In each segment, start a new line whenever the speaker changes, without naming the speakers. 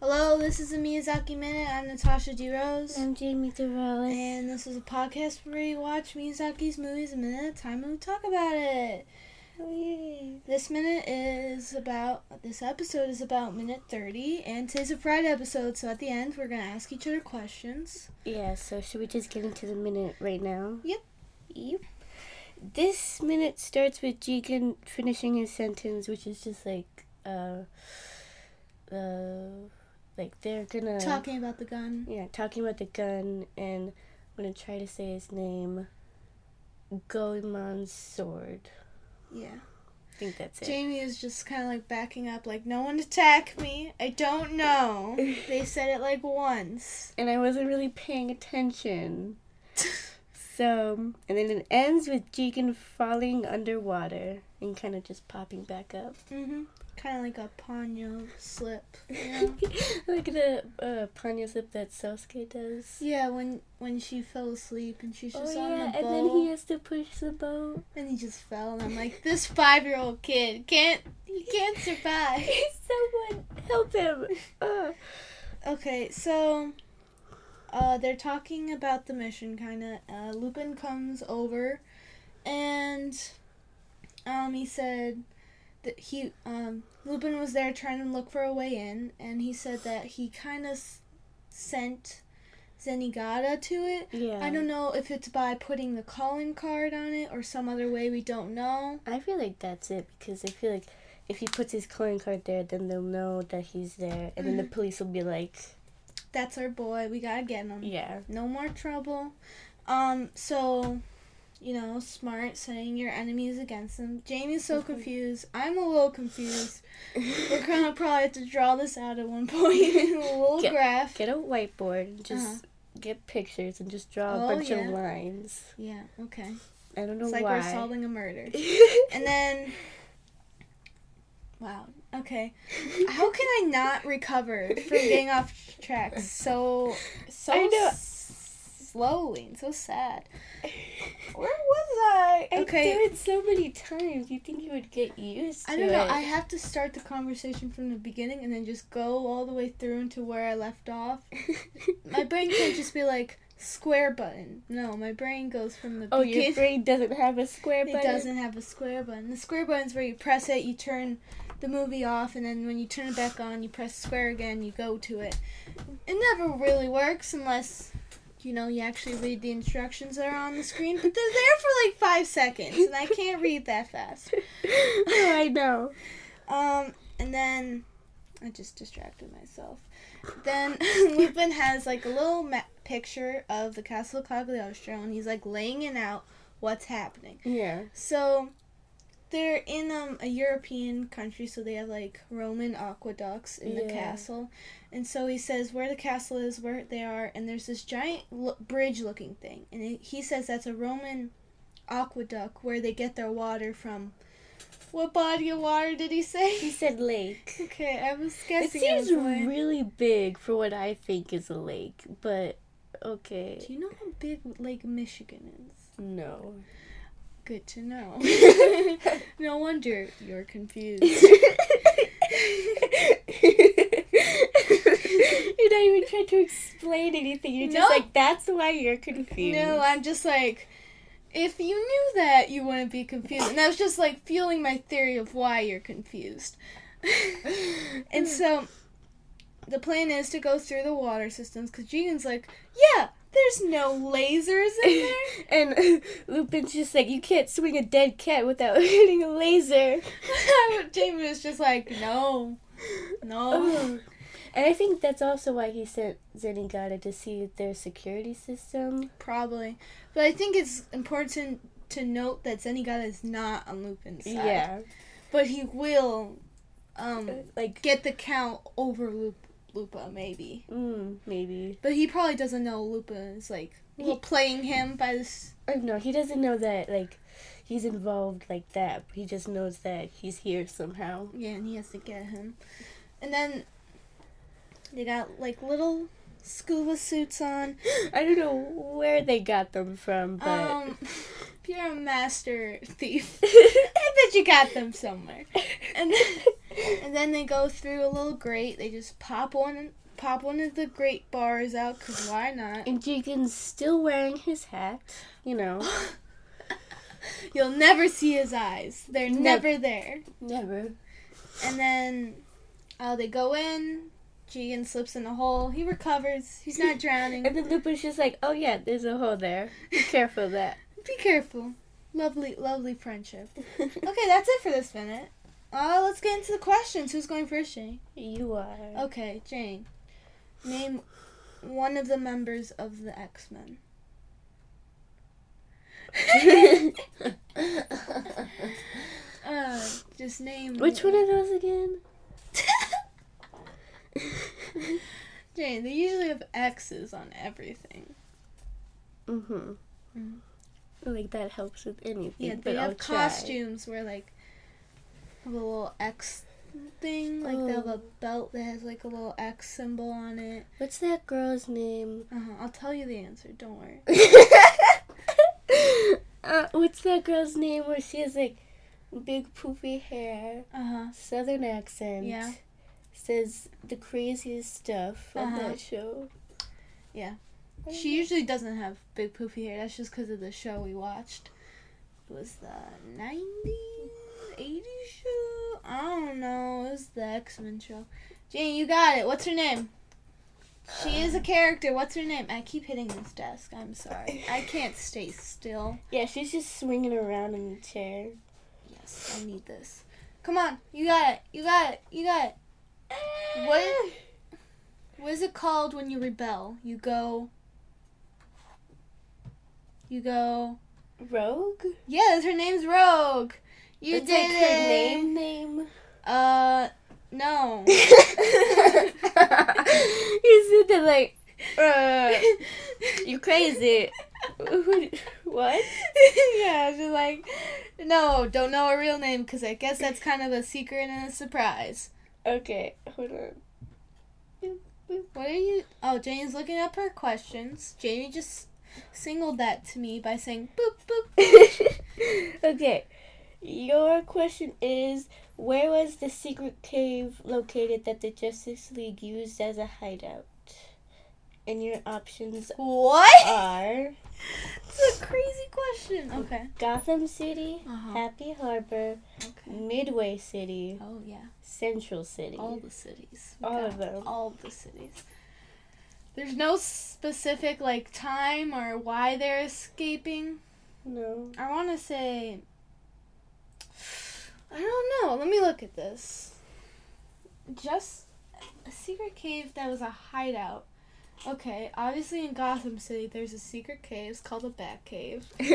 Hello, this is the Miyazaki Minute. I'm Natasha D. Rose.
I'm Jamie DeRose.
And this is a podcast where we watch Miyazaki's movies a minute at a time and we talk about it. This minute is about, this episode is about minute 30, and today's a Pride episode, so at the end we're going to ask each other questions.
yeah, so should we just get into the minute right now?
Yep.
Yep. This minute starts with Jigen finishing his sentence, which is just like, uh, uh, like they're gonna.
Talking about the gun.
Yeah, talking about the gun, and I'm gonna try to say his name Goemon's sword.
Yeah.
I think that's it.
Jamie is just kind of like backing up, like, no one attack me. I don't know. they said it like once.
and I wasn't really paying attention. So, and then it ends with Jigen falling underwater and kind of just popping back up.
hmm Kind of like a Ponyo slip. You know?
Look at the uh, Ponyo slip that Sosuke does.
Yeah, when when she fell asleep and she's
Oh
just on
yeah,
the
and
boat,
then he has to push the boat.
and he just fell, and I'm like, this five year old kid can't he can't survive.
Someone help him! Uh,
okay, so uh, they're talking about the mission, kind of. Uh, Lupin comes over, and um, he said that he um, Lupin was there trying to look for a way in, and he said that he kind of s- sent Zenigata to it.
yeah,
I don't know if it's by putting the calling card on it or some other way we don't know.
I feel like that's it because I feel like if he puts his calling card there, then they'll know that he's there, and then the
Mhm.
police will be like,
That's our boy. We gotta get him.
yeah,
No more trouble. Um. So, you know, smart setting your enemies against them. Jamie's so
Mhm.
confused. I'm a little confused. We're gonna probably have to draw this out at one point in a little
Get-
graph.
get a whiteboard and just get pictures and just draw
Uh-huh. Oh,
a bunch
yeah.
of lines.
yeah. Okay.
I don't know
It's like
why.
we're solving a murder. And then. Wow. Okay. How can I not recover from getting off track so so
I know.
s- slowly and so sad? Where was I?
okay.
Okay.
do it so many times. You think you would get used to
I don't know.
it.
I have to start the conversation from the beginning and then just go all the way through into where I left off. My brain can't just be like square button. No, my brain goes from the
Oh, your
beginning.
brain doesn't have a square
It
button.
doesn't have a square button. The square button's where you press it, you turn the movie off, and then when you turn it back on, you press square again, you go to it. It never really works unless, you know, you actually read the instructions that are on the screen, but they're there for like five seconds, and I can't read that fast.
oh, I know.
Um, and then I just distracted myself. Then Lupin has like a little ma- picture of the Castle Cagliostro, and he's like laying it out what's happening.
Yeah.
So they're in um, a European country, so they have like Roman aqueducts in the
Yeah.
castle. And so he says where the castle is, where they are, and there's this giant lo- bridge looking thing. And it, he says that's a Roman aqueduct where they get their water from. What body of water did he
He
say?
said lake.
okay, I was
It
guessing.
seems
it was one.
really big for what I think is a lake, but
Do
okay.
you know how big Lake Michigan is?
No.
Good to know. no wonder you're confused.
you're not even trying to explain anything. You're
No.
just like, that's why you're confused.
No, I'm just like, if you knew that, you wouldn't be confused. And that was just like fueling my theory of why you're confused. and so, the plan is to go through the water systems because Jigen's like, yeah, there's no lasers in there.
and Lupin's just like, you can't swing a dead cat without hitting a laser.
Jamie was just like, no, no.
Oh. And I think that's also why he sent Zenigata to see their security system.
Probably. But I think it's important to note that Zenigata is not on Lupin's side.
Yeah.
But he will. Um,
Like,
get the count over Lup- Lupa, maybe.
mm, maybe.
But he probably doesn't know Lupa is like
He-
playing him by this.
Oh, no, he doesn't know that, like, he's involved like that. He just knows that he's here somehow.
Yeah, and he has to get him. And then they got like little scuba suits on.
I don't know where they got them from, but.
Um, if you're a master thief, I bet you got them somewhere. And then and then they go through a little grate. They just pop one, pop one of the grate bars out, cause why not?
And Jigen's still wearing his hat, you know.
You'll never see his eyes. They're
No.
never there.
Never.
And then uh, they go in. Jigen slips in a hole. He recovers. He's not drowning.
And then Lupin's just like, oh yeah, there's a hole there. Be careful of that.
Be careful. Lovely, lovely friendship. Okay, that's it for this minute. Uh, let's get into the questions. Who's going first, Jane?
You are.
Okay, Jane. Name one of the members of the X Men. uh, just name.
Which one of those again?
Jane, they usually have X's on everything.
Mm-hmm.
Mhm.
Like that helps with anything.
Yeah,
but
they have
I'll try.
costumes where like have a little X thing. Like they have a
Oh.
belt that has like a little X symbol on it.
What's that girl's name?
Uh-huh. I'll tell you the answer. Don't worry.
uh, what's that girl's name where she has like big poofy hair,
Uh
southern accent?
Yeah.
Says the craziest stuff on
Uh-huh.
that show. Uh,
Yeah. huh. She usually doesn't have big poofy hair. That's just because of the show we watched. It was the 90s, 80s show. I don't know. It was the X Men show. Jane, you got it. What's her name? She is a character. What's her name? I keep hitting this desk. I'm sorry. I can't stay still.
Yeah, she's just swinging around in the chair.
Yes, I need this. Come on. You got it. You got it. You got it. Ah. What? What is it called when you rebel? You go. You go.
Rogue?
Yes, her name's Rogue. You
That's,
did
like,
it.
her name name.
Uh, no.
you said that like, uh, you crazy. Who- what?
yeah, she's like, no, don't know her real name because I guess that's kind of a secret and a surprise.
Okay, hold on.
What are you? Oh, Jane's looking up her questions. Jamie just singled that to me by saying boop boop.
okay, your question is where was the secret cave located that the Justice League used as a hideout? And your options
What?
Uh. are
That's a crazy question. Okay.
Gotham City,
Uh-huh.
Happy Harbor,
Okay.
Midway City,
Oh yeah,
Central City.
all the cities.
All
Okay.
of them.
All the cities. There's no specific like time or why they're escaping.
No.
I want to say. I don't know. Let me look at this. Just a secret cave that was a hideout. Okay, obviously in Gotham City, there's a secret cave. It's called a Bat Cave. So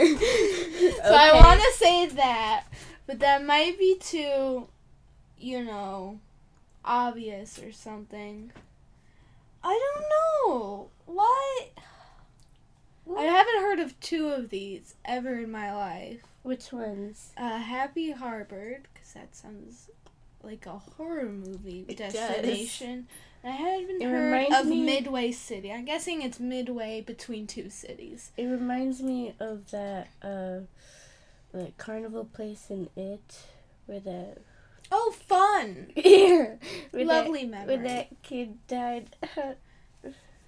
I want to say that, but that might be too, you know, obvious or something. I don't know. What? I haven't heard of two of these ever in my life.
Which ones?
Uh, Happy Harbored, because that sounds like a horror movie
It does.
destination. And I haven't
It
heard
reminds
of
me-
Midway City. I'm guessing it's midway between two cities.
It reminds me of that uh the carnival place in it where that
Oh, fun!
where that-
Lovely memory.
where that kid died.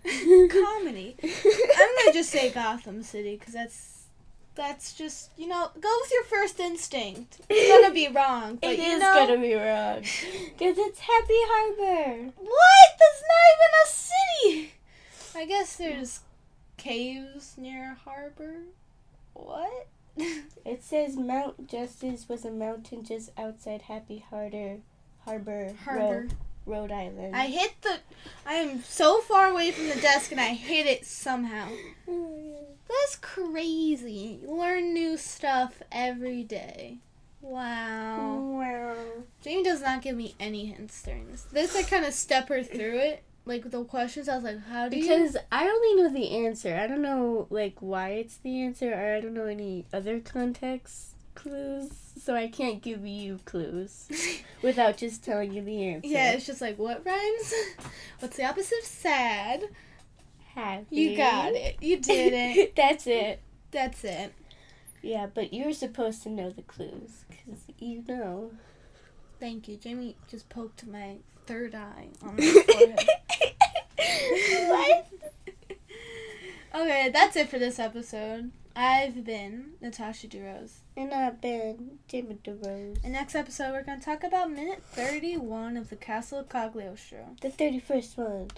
Comedy. I'm gonna just say Gotham City because that's that's just you know go with your first instinct. It's gonna be wrong, but
It
you
is
know
gonna be wrong. Because it's Happy Harbor.
what? That's not even a city. I guess there's caves near a harbor. What?
It says Mount Justice was a mountain just outside Happy Harbor Harbor,
Harbor.
Ro- Rhode Island.
I hit the. I am so far away from the desk and I hit it somehow. That's crazy. You learn new stuff every day. Wow.
Hmm. wow.
Jane does not give me any hints during this. This I kind of step her through it, like the questions. I was like, "How do you?"
Because I only know the answer. I don't know like why it's the answer, or I don't know any other context clues, so I can't give you clues without just telling you the answer.
yeah, it's just like what rhymes? What's the opposite of sad?
happy.
You got it. You did it.
That's it.
That's it.
Yeah, but you're supposed to know the clues because you know.
Thank you. Jamie just poked my third eye on my forehead.
what?
Okay, that's it for this episode. I've been Natasha DeRose.
And I've been Jimmy DeRose.
In next episode, we're going to talk about minute 31 of the Castle of Cagliostro.
The 31st one.